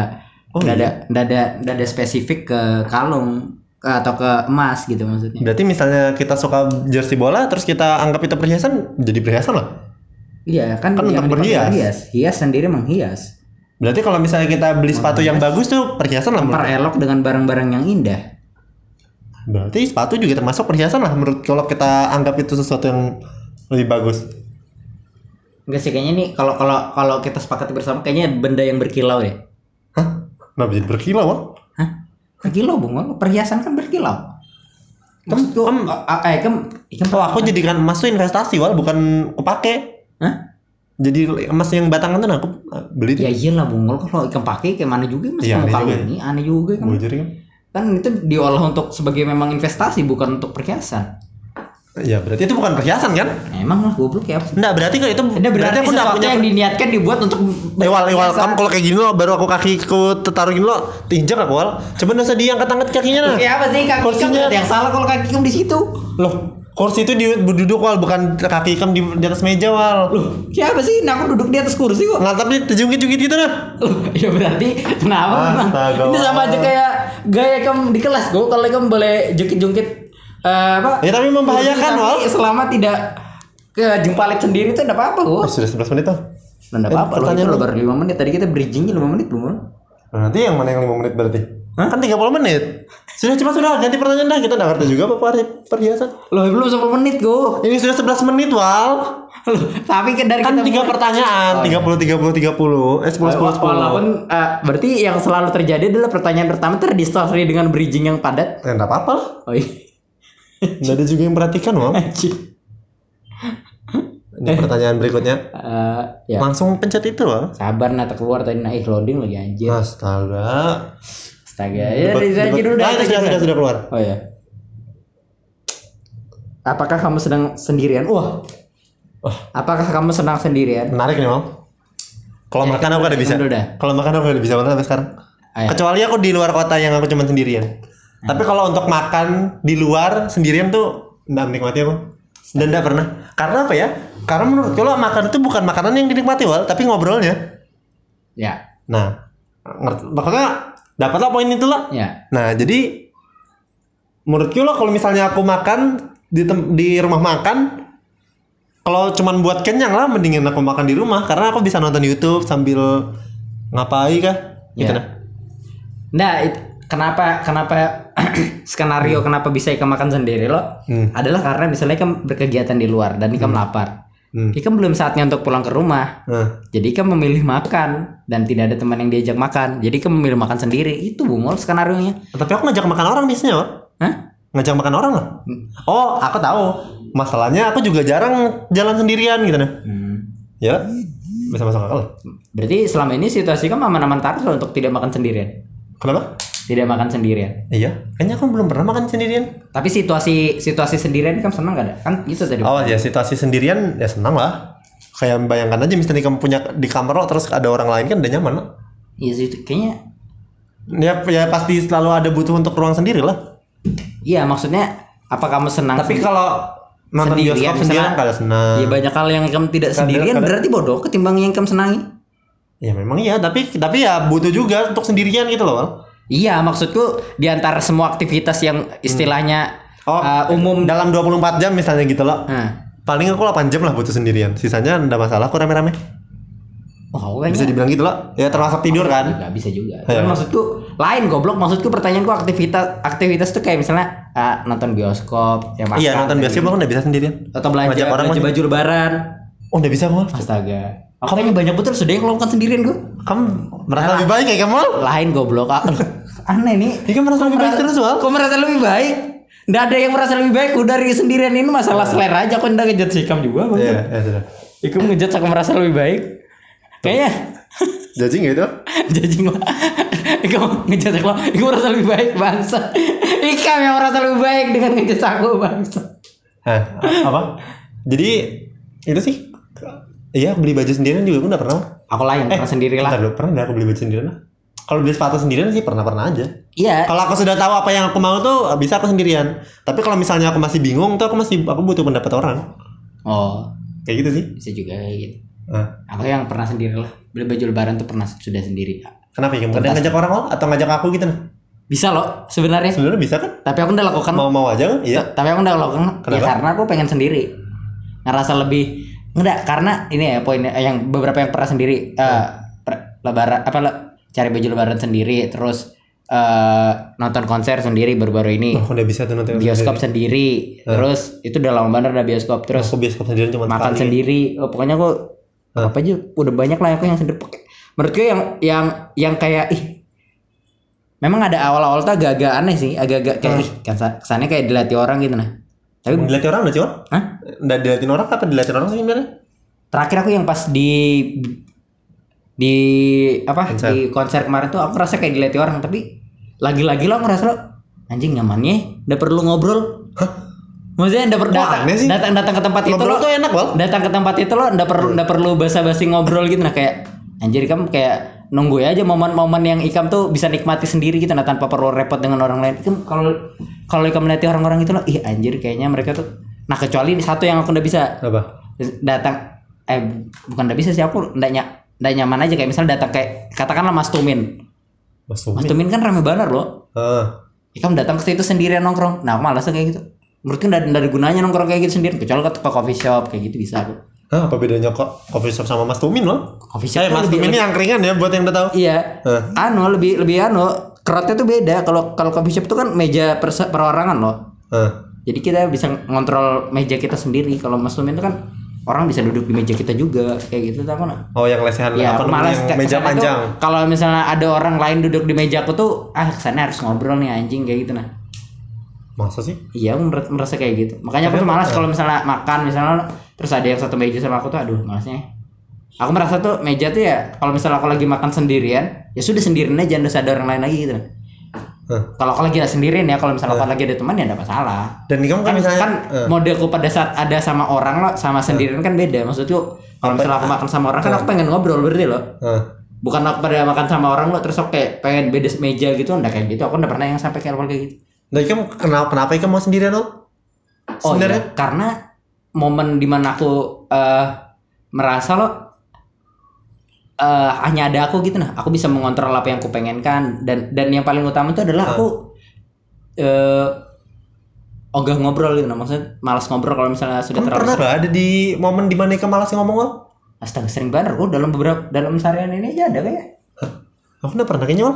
Speaker 1: Oh,
Speaker 2: dada, dada dada spesifik ke kalung ke- atau ke emas gitu
Speaker 1: Iya.
Speaker 2: maksudnya
Speaker 1: Berarti misalnya kita suka jersey bola terus kita anggap itu perhiasan jadi perhiasan lah.
Speaker 2: Iya kan,
Speaker 1: Kan
Speaker 2: yang
Speaker 1: untuk
Speaker 2: dipakai
Speaker 1: berhias.
Speaker 2: hias. Hias sendiri menghias.
Speaker 1: Berarti kalau misalnya kita beli sepatu yang bagus tuh perhiasan lah. menurut-
Speaker 2: Memperelok dengan barang-barang yang indah.
Speaker 1: Berarti sepatu juga termasuk perhiasan lah menurut kalau kita anggap itu sesuatu yang lebih bagus.
Speaker 2: Enggak sih kayaknya nih kalau kalau kalau kita sepakati bersama kayaknya benda yang berkilau deh.
Speaker 1: Hah? Kenapa jadi berkilau? Wal?
Speaker 2: Hah? Berkilau bungol? Perhiasan kan berkilau. Maksudku,
Speaker 1: Em-
Speaker 2: a- a- eh, kem, kem,
Speaker 1: Oh, aku jadikan emas tuh investasi, wal bukan kepake.
Speaker 2: Hah?
Speaker 1: Jadi emas yang batangan tuh nah, aku eh, beli tuh.
Speaker 2: Ya iyalah bungol kalau ikan pakai kayak mana juga mas
Speaker 1: Iya,
Speaker 2: kamu
Speaker 1: aneh
Speaker 2: kalau
Speaker 1: juga ya.
Speaker 2: ini aneh juga kan.
Speaker 1: Bujur kan?
Speaker 2: Kan itu diolah untuk sebagai memang investasi bukan untuk perhiasan.
Speaker 1: Ya berarti itu bukan perhiasan kan?
Speaker 2: Emang lah goblok ya.
Speaker 1: Enggak, berarti kalau itu
Speaker 2: Ada berarti
Speaker 1: aku nggak
Speaker 2: sesuatu
Speaker 1: punya
Speaker 2: yang diniatkan dibuat untuk
Speaker 1: Ewal, ewal,
Speaker 2: perhiasan.
Speaker 1: kamu kalau kayak gini loh, baru aku kakiku taruhin lo, tinjak aku wal. Coba nggak usah diangkat-angkat kakinya nah.
Speaker 2: Ya apa sih kaki
Speaker 1: Kursinya.
Speaker 2: kamu yang salah kalau kaki kamu di situ.
Speaker 1: Loh, kursi itu di duduk wal, bukan kaki kamu di, di atas meja wal. Loh,
Speaker 2: Siapa sih? Nah, aku duduk di atas kursi kok.
Speaker 1: ngatap nih, terjungkit-jungkit gitu nah.
Speaker 2: Loh, ya berarti kenapa? Bang?
Speaker 1: Astaga.
Speaker 2: Ini sama aja kayak gaya kamu di kelas. Gue kalau kamu boleh jungkit-jungkit eh, apa?
Speaker 1: Ya, tapi membahayakan,
Speaker 2: Tapi
Speaker 1: Wal.
Speaker 2: Selama tidak ke jempalik sendiri itu enggak apa-apa, Wal.
Speaker 1: Oh, sudah 11 menit tuh.
Speaker 2: Nah, enggak
Speaker 1: Eh,
Speaker 2: apa-apa. Loh, itu
Speaker 1: pertanyaan
Speaker 2: loh
Speaker 1: lu.
Speaker 2: baru 5 menit. Tadi kita bridgingnya 5 menit belum, Wal.
Speaker 1: Berarti yang mana yang 5 menit berarti? Kan 30 menit. Sudah cepat sudah ganti pertanyaan dah. Kita enggak ngerti juga apa per- perhiasan.
Speaker 2: Loh, belum 10 menit, Go.
Speaker 1: Ini sudah 11 menit, Wal.
Speaker 2: Loh, tapi dari
Speaker 1: Kan 3
Speaker 2: kita
Speaker 1: pertanyaan, 30 30 30. Eh 10
Speaker 2: Wal-
Speaker 1: 10 10.
Speaker 2: Walaupun eh, berarti yang selalu terjadi adalah pertanyaan pertama terdistorsi dengan bridging yang padat.
Speaker 1: Eh enggak apa-apa lah.
Speaker 2: Oh iya.
Speaker 1: Enggak ada juga yang perhatikan, Wal.
Speaker 2: Anjir.
Speaker 1: Ini pertanyaan berikutnya.
Speaker 2: Eh, ya.
Speaker 1: Langsung pencet itu, Wal.
Speaker 2: Sabar nah keluar tadi nah ih loading lagi anjir.
Speaker 1: Iya. Astaga.
Speaker 2: Astaga. Ya
Speaker 1: Debat-
Speaker 2: Riza aja
Speaker 1: debat-
Speaker 2: dulu
Speaker 1: Nah,
Speaker 2: dah.
Speaker 1: itu sudah sudah sudah keluar.
Speaker 2: Oh ya. Apakah kamu sedang sendirian? Wah. Apakah kamu sedang sendirian?
Speaker 1: Menarik nih, Eh, Wal. Kalau
Speaker 2: Ya,
Speaker 1: makan aku gak bisa.
Speaker 2: dulu dah.
Speaker 1: Kalau makan aku gak bisa banget sampai sekarang.
Speaker 2: Ayo.
Speaker 1: Kecuali aku di luar kota yang aku cuman sendirian. Tapi kalau untuk makan di luar sendirian tuh nggak menikmati aku. Dan nggak pernah. Karena apa ya? Karena menurut kalau makan itu bukan makanan yang dinikmati wal, tapi ngobrolnya.
Speaker 2: Ya.
Speaker 1: Nah, ngerti. Maksudnya dapatlah poin itu lah.
Speaker 2: Ya.
Speaker 1: Nah, jadi menurutku lo kalau misalnya aku makan di tem- di rumah makan kalau cuman buat kenyang lah mendingan aku makan di rumah karena aku bisa nonton YouTube sambil ngapain kah? Gitu
Speaker 2: Ya.
Speaker 1: nah.
Speaker 2: Nah, it- kenapa kenapa skenario kenapa bisa ikan makan sendiri lo?
Speaker 1: Hmm.
Speaker 2: Adalah karena misalnya ikan berkegiatan di luar dan ikan lapar.
Speaker 1: Hmm.
Speaker 2: Ikan belum saatnya untuk pulang ke rumah.
Speaker 1: Nah.
Speaker 2: Jadi ikan memilih makan dan tidak ada teman yang diajak makan. Jadi ikan memilih makan sendiri. Itu bungol skenario nya.
Speaker 1: Tapi aku ngajak makan orang biasanya, Wak.
Speaker 2: Hah? Hmm.
Speaker 1: Ngajak makan orang lah. Oh, aku tahu. Masalahnya aku juga jarang jalan sendirian gitu nah. Ya, bisa masuk akal.
Speaker 2: Berarti selama ini situasi kamu aman-aman terus loh untuk tidak makan sendirian.
Speaker 1: Kenapa?
Speaker 2: Tidak makan sendirian.
Speaker 1: Iya, kayaknya aku belum pernah makan sendirian.
Speaker 2: Tapi situasi situasi sendirian kamu senang gak ada? Kan itu tadi.
Speaker 1: Oh, ya situasi sendirian ya senang lah. Kayak bayangkan aja misalnya kamu punya di kamar lo terus ada orang lain kan udah nyaman lah.
Speaker 2: Iya sih, itu kayaknya.
Speaker 1: Ya, ya pasti selalu ada butuh untuk ruang sendiri lah.
Speaker 2: Iya maksudnya apa kamu senang?
Speaker 1: Tapi
Speaker 2: sen-
Speaker 1: kalau nonton
Speaker 2: Sendirian,
Speaker 1: bioskop sendirian
Speaker 2: misalnya-
Speaker 1: kada senang.
Speaker 2: Iya banyak hal yang kamu tidak
Speaker 1: Kadang-
Speaker 2: sendirian
Speaker 1: kadang-
Speaker 2: berarti bodoh ketimbang yang kamu senangi.
Speaker 1: Ya memang iya, tapi tapi ya butuh juga untuk sendirian gitu loh. Wal.
Speaker 2: Iya maksudku di antara semua aktivitas yang istilahnya
Speaker 1: Hmm. Oh,
Speaker 2: uh, umum.
Speaker 1: dalam 24 jam misalnya gitu loh.
Speaker 2: Nah,
Speaker 1: paling aku 8 jam lah butuh sendirian sisanya nggak masalah aku rame-rame
Speaker 2: oh,
Speaker 1: bisa
Speaker 2: kayaknya-
Speaker 1: dibilang gitu loh ya termasuk tidur kan
Speaker 2: Gak bisa juga.
Speaker 1: Iya.
Speaker 2: Cuman maksudku lain goblok. Maksudku pertanyaanku aktivitas aktivitas tuh kayak misalnya ah, nonton bioskop, ya makan.
Speaker 1: iya nonton
Speaker 2: kayak
Speaker 1: bioskop
Speaker 2: gitu.
Speaker 1: aku nggak bisa sendirian
Speaker 2: Atau belanja
Speaker 1: Ngajak orang
Speaker 2: belanja
Speaker 1: mah.
Speaker 2: baju lebaran.
Speaker 1: oh nggak bisa aku
Speaker 2: Astaga. Aku kayaknya banyak betul sudah yang lakukan sendirian gua.
Speaker 1: kamu merasa lebih baik kayak kamu
Speaker 2: Lain goblok. Ah, aduh, Aneh nih.
Speaker 1: ya, kamu merasa lebih baik terus wal
Speaker 2: Kok merasa lebih baik? Nggak ada yang merasa lebih baik. Udah dari sendirian ini masalah selera aja. Kok nggak ngejat sikam juga? Bang?
Speaker 1: iya iya sudah
Speaker 2: Iku ngejat aku merasa lebih baik. Kayaknya
Speaker 1: jadi nggak itu
Speaker 2: jajing lah. Iku ngejat aku. Iku merasa lebih baik bangsa. Ikam yang merasa lebih baik dengan ngejat aku bangsa.
Speaker 1: Hah, apa jadi itu sih iya aku beli baju sendirian juga aku nggak pernah
Speaker 2: Aku lain
Speaker 1: Eh,
Speaker 2: eh, sendiri lah.
Speaker 1: Bentar dulu, pernah nggak aku beli baju sendirian lah kalau beli sepatu sendirian sih pernah-pernah aja
Speaker 2: Iya.
Speaker 1: Eh. kalau aku sudah tahu apa yang aku mau tuh bisa aku sendirian tapi kalau misalnya aku masih bingung tuh aku masih aku butuh pendapat orang
Speaker 2: Oh,
Speaker 1: kayak gitu sih
Speaker 2: bisa juga kayak gitu.
Speaker 1: Hah.
Speaker 2: Aku yang pernah sendiri lah. Beli baju lebaran tuh pernah sudah sendiri.
Speaker 1: Kenapa ya? Kamu kadang
Speaker 2: Tuntas.
Speaker 1: ngajak orang Wal? atau ngajak aku gitu? nah?
Speaker 2: Bisa loh sebenarnya.
Speaker 1: Sebenarnya bisa kan?
Speaker 2: Tapi aku udah lakukan.
Speaker 1: Mau-mau aja kan? Iya.
Speaker 2: Tapi aku udah lakukan. Ya
Speaker 1: Kenapa?
Speaker 2: karena aku pengen sendiri. Ngerasa lebih Enggak, karena ini ya poinnya eh, yang beberapa yang pernah sendiri eh per- lebaran apa le- cari baju lebaran sendiri terus eh nonton konser sendiri baru-baru ini
Speaker 1: Oh, udah bisa tuh nanti
Speaker 2: bioskop sendiri terus itu udah lama banget ada bioskop terus
Speaker 1: Aku bioskop sendiri cuma
Speaker 2: makan
Speaker 1: sekali.
Speaker 2: sendiri Oh, pokoknya gue
Speaker 1: Hah?
Speaker 2: apa aja udah banyak lah aku yang sendiri Pokoknya- menurut gue yang yang yang kayak ih memang ada awal-awal tuh agak-agak aneh sih agak-agak kayak ih kesan- kesannya kayak dilatih orang gitu nah tapi
Speaker 1: Emang Dilatih orang udah cuman?
Speaker 2: Hah?
Speaker 1: Udah dilatih orang apa dilatih orang sih sebenarnya?
Speaker 2: terakhir aku yang pas di di apa
Speaker 1: Konser.
Speaker 2: di konser kemarin tuh aku ngerasa kayak dilatih orang tapi lagi-lagi lo ngerasa lo anjing nyamannya udah perlu ngobrol maksudnya udah perlu
Speaker 1: Wah,
Speaker 2: datang
Speaker 1: aneh sih.
Speaker 2: datang datang ke tempat itu
Speaker 1: Ngobrol
Speaker 2: lo
Speaker 1: tuh enak, Wal.
Speaker 2: datang ke tempat itu lo ndak
Speaker 1: Iya.
Speaker 2: perlu ndak perlu basa-basi ngobrol gitu nah kayak anjir kamu kayak nunggu aja momen-momen yang ikam tuh bisa nikmati sendiri gitu nah tanpa perlu repot dengan orang lain Ikam kalau kalau ikam melihat orang-orang itu lo ih anjir kayaknya mereka tuh nah kecuali satu yang aku ndak bisa
Speaker 1: Apa?
Speaker 2: datang eh bukan ndak bisa sih aku ndak ny- ndak nyaman aja kayak misalnya datang kayak katakanlah Mas Tumin
Speaker 1: Mas Ah.
Speaker 2: Mas
Speaker 1: Tommy.
Speaker 2: Tumin kan rame banget loh
Speaker 1: Heeh.
Speaker 2: ikam datang ke situ sendirian nongkrong nah aku malasnya kayak gitu menurutku ndak ndak ada gunanya nongkrong kayak gitu sendirian kecuali ke ke coffee shop kayak gitu bisa aku
Speaker 1: Hah, Ah, apa bedanya kok coffee shop sama Mas Tumin loh?
Speaker 2: coffee shop
Speaker 1: Eh,
Speaker 2: tuh
Speaker 1: Mas
Speaker 2: lebih-
Speaker 1: Tumin ini angkringan ya buat yang udah tahu. Ah,
Speaker 2: Iya.
Speaker 1: Hah.
Speaker 2: Anu lebih lebih anu crowdnya tuh beda. Kalau kalau coffee shop tuh kan meja perse- perorangan loh.
Speaker 1: Heeh.
Speaker 2: Jadi kita bisa ngontrol meja kita sendiri. Kalau muslim itu kan orang bisa duduk di meja kita juga kayak gitu tau kan?
Speaker 1: Oh, yang lesehan
Speaker 2: Ya,
Speaker 1: apa
Speaker 2: aku
Speaker 1: namanya?
Speaker 2: malas
Speaker 1: Yang
Speaker 2: kayak
Speaker 1: meja
Speaker 2: kesana
Speaker 1: panjang.
Speaker 2: tuh Kalau misalnya ada orang lain duduk di meja aku tuh, ah kesana harus ngobrol nih anjing kayak gitu nah.
Speaker 1: Masa sih?
Speaker 2: Iya, aku mer- merasa kayak gitu. Makanya aku tuh malas
Speaker 1: eh.
Speaker 2: kalau misalnya makan misalnya terus ada yang satu meja sama aku tuh aduh malasnya. Aku merasa tuh meja tuh ya kalau misalnya aku lagi makan sendirian, ya sudah sendirian aja nggak usah ada orang lain lagi gitu.
Speaker 1: Hah.
Speaker 2: Kalau aku lagi ada sendirian ya, kalau misalnya aku lagi ada teman ya enggak masalah.
Speaker 1: Dan kamu Eh. kan
Speaker 2: Kan,
Speaker 1: misalnya Eh.
Speaker 2: kan
Speaker 1: Heeh.
Speaker 2: modelku pada saat ada sama orang loh, sama sendirian kan beda. Maksudku kalau misalnya aku makan sama orang kan
Speaker 1: Eh.
Speaker 2: aku pengen ngobrol berarti loh
Speaker 1: Heeh.
Speaker 2: bukan aku pada makan sama orang lo terus aku kayak pengen beda meja gitu enggak kayak gitu aku enggak pernah yang sampai kayak kayak gitu
Speaker 1: Dan kamu kenapa kenapa kamu mau sendirian loh?
Speaker 2: oh iya,
Speaker 1: Sebenarnya
Speaker 2: karena momen dimana aku eh, merasa lo eh, hanya ada aku gitu nah aku bisa mengontrol apa yang aku pengenkan dan dan yang paling utama itu adalah aku eh ogah ngobrol gitu nah maksudnya malas ngobrol kalau misalnya sudah
Speaker 1: kamu
Speaker 2: terlalu
Speaker 1: pernah nggak ada di momen dimana kamu malas ngomong loh?
Speaker 2: astaga sering banget oh dalam beberapa dalam seharian ini aja ada kayak
Speaker 1: Aku udah pernah kayaknya Wal.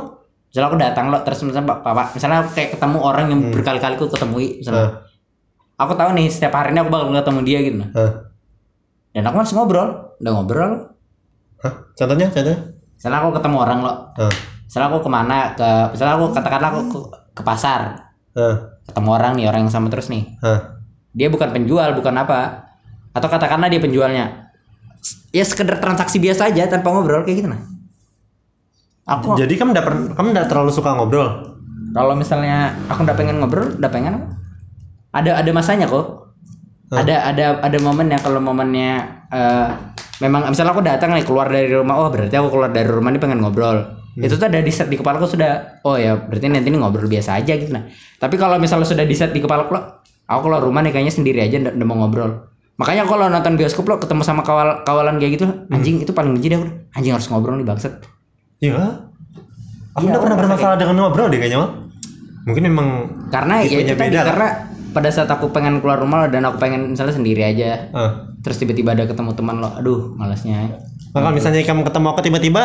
Speaker 2: misalnya aku datang lo terus misalnya pak pak misalnya aku kayak ketemu orang yang berkali-kali aku ketemui misalnya
Speaker 1: Heeh.
Speaker 2: aku tahu nih setiap hari ini aku bakal ketemu dia gitu nah
Speaker 1: Heeh.
Speaker 2: dan aku harus ngobrol udah ngobrol
Speaker 1: Hah? Contohnya, contohnya. Ah.
Speaker 2: misalnya aku ketemu orang lo
Speaker 1: Heeh.
Speaker 2: misalnya aku kemana ke misalnya aku katakanlah aku ke, ke pasar
Speaker 1: Heeh.
Speaker 2: ketemu orang nih orang yang sama terus nih
Speaker 1: Heeh.
Speaker 2: dia bukan penjual bukan apa atau katakanlah dia penjualnya ya sekedar transaksi biasa aja tanpa ngobrol kayak gitu nah aku
Speaker 1: Jadi kamu udah pernah kamu udah terlalu suka ngobrol.
Speaker 2: kalau misalnya aku udah pengen ngobrol udah pengen ada ada masanya kok ada ada ada momen yang kalau momennya eh, memang misalnya aku datang nih keluar dari rumah oh berarti aku keluar dari rumah ini pengen ngobrol itu tuh ada di set di kepala aku sudah oh ya berarti nanti ini ngobrol biasa aja gitu nah tapi kalau misalnya sudah di set di kepala aku "Lo, aku keluar rumah nih kayaknya sendiri aja ndak ndak mau ngobrol makanya kalau nonton bioskop lo ketemu sama kawal kawalan kayak gitu anjing itu paling benci deh aku anjing harus ngobrol nih bangset
Speaker 1: Iya. Aku udah
Speaker 2: Iya,
Speaker 1: pernah
Speaker 2: aku
Speaker 1: bermasalah dengan ngobrol deh kayaknya Wal. Mungkin memang
Speaker 2: karena ya
Speaker 1: Tipenya
Speaker 2: itu tadi
Speaker 1: beda lah.
Speaker 2: karena pada saat aku pengen keluar rumah dan aku pengen misalnya sendiri aja
Speaker 1: eh.
Speaker 2: terus tiba-tiba ada ketemu teman lo aduh malasnya
Speaker 1: Nah, kalau misalnya kamu ketemu aku tiba-tiba,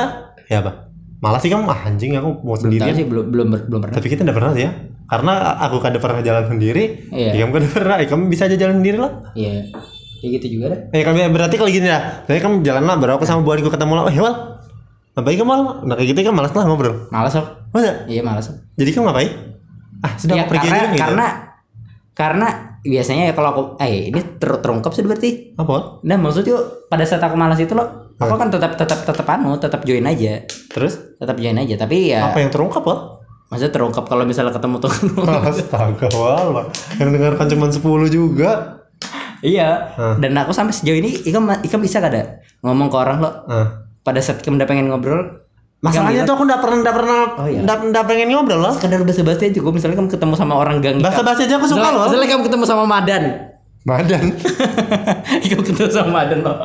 Speaker 1: ya apa? Malah sih kamu ah, anjing aku mau
Speaker 2: Tahu
Speaker 1: sendirian.
Speaker 2: sih belum belum ber- belum pernah
Speaker 1: Tapi kita udah pernah sih ya. Karena aku kada pernah jalan sendiri, ya
Speaker 2: Iya.
Speaker 1: kamu kada pernah, ya kamu bisa aja jalan sendiri lah.
Speaker 2: iya kayak gitu juga deh
Speaker 1: Ya kamu berarti kalau gini lah, saya kamu jalan lah, baru aku sama buanku ketemu lah, eh wal, ngapain kamu Wal? Nah kayak gitu kan malas lah ngobrol.
Speaker 2: malas aku
Speaker 1: Masa?
Speaker 2: iya malas aku
Speaker 1: Jadi kamu ngapain? Ah sudah
Speaker 2: ya,
Speaker 1: aku pergi
Speaker 2: karena
Speaker 1: aja gitu.
Speaker 2: karena karena biasanya ya kalau aku eh ini ter- terungkap sih berarti
Speaker 1: Apa? Wal?
Speaker 2: nah maksudnya pada saat aku malas itu lo aku kan tetap tetap tetap anu tetap join aja
Speaker 1: Terus?
Speaker 2: tetap join aja tapi ya
Speaker 1: Apa yang terungkap Wal?
Speaker 2: maksudnya terungkap kalau misalnya ketemu tuh
Speaker 1: Astaga Wal, yang dengarkan cuma 10 juga.
Speaker 2: iya
Speaker 1: Hah.
Speaker 2: dan aku sampai sejauh ini ikam ikam bisa gak ada ngomong ke orang lo
Speaker 1: Nah.
Speaker 2: pada saat kamu udah pengen ngobrol
Speaker 1: Masalahnya tuh aku nggak pernah, nggak pernah,
Speaker 2: Oh, iya.
Speaker 1: nggak nggak pengen ngobrol lah.
Speaker 2: kadar bahasa basi aja gue misalnya kamu ketemu sama orang gang
Speaker 1: Bahasa
Speaker 2: ikam.
Speaker 1: basi aja aku suka
Speaker 2: misalnya,
Speaker 1: loh.
Speaker 2: misalnya kamu ketemu sama Madan
Speaker 1: Badan.
Speaker 2: kamu ketemu sama Madan loh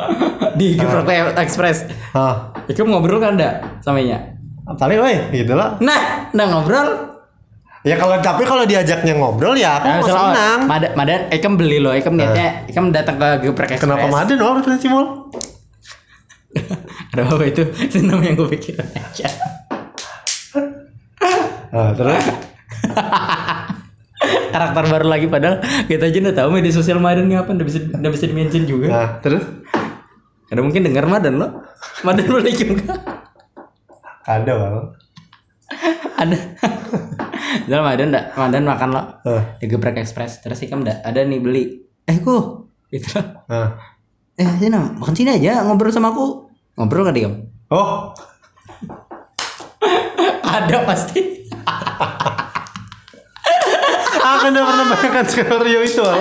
Speaker 2: di Proto Express
Speaker 1: Ah,
Speaker 2: kamu ngobrol kan enggak sama Inya
Speaker 1: paling weh, gitu lah.
Speaker 2: nah nah ngobrol
Speaker 1: Ya kalau tapi kalau diajaknya ngobrol ya aku mau
Speaker 2: misalnya, oh,
Speaker 1: senang.
Speaker 2: Madan, Madan, Ekem beli loh. Ekem niatnya, Ekem datang ke Geprek Express.
Speaker 1: Kenapa Maden oh referensi mall?
Speaker 2: Ada apa itu? Itu nama yang gue pikirin aja.
Speaker 1: Nah, terus
Speaker 2: Karakter baru lagi padahal kita aja udah tahu media sosial Madan ngapain udah bisa udah bisa di-mention juga.
Speaker 1: nah, terus
Speaker 2: Ada mungkin denger Madan lo. Madan lo lagi enggak?
Speaker 1: ada Wal.
Speaker 2: Ada. Dalam Madan enggak? Madan makan lo.
Speaker 1: Eh,
Speaker 2: Di Geprek Express. Terus Ekem enggak ada nih beli. Eh, ku. Gitu.
Speaker 1: eh.
Speaker 2: Eh, sini makan sini aja ngobrol sama aku. Ngobrol enggak dia?
Speaker 1: Oh,
Speaker 2: ada pasti.
Speaker 1: aku udah Ah, kan pernah bayangkan skenario itu Wal.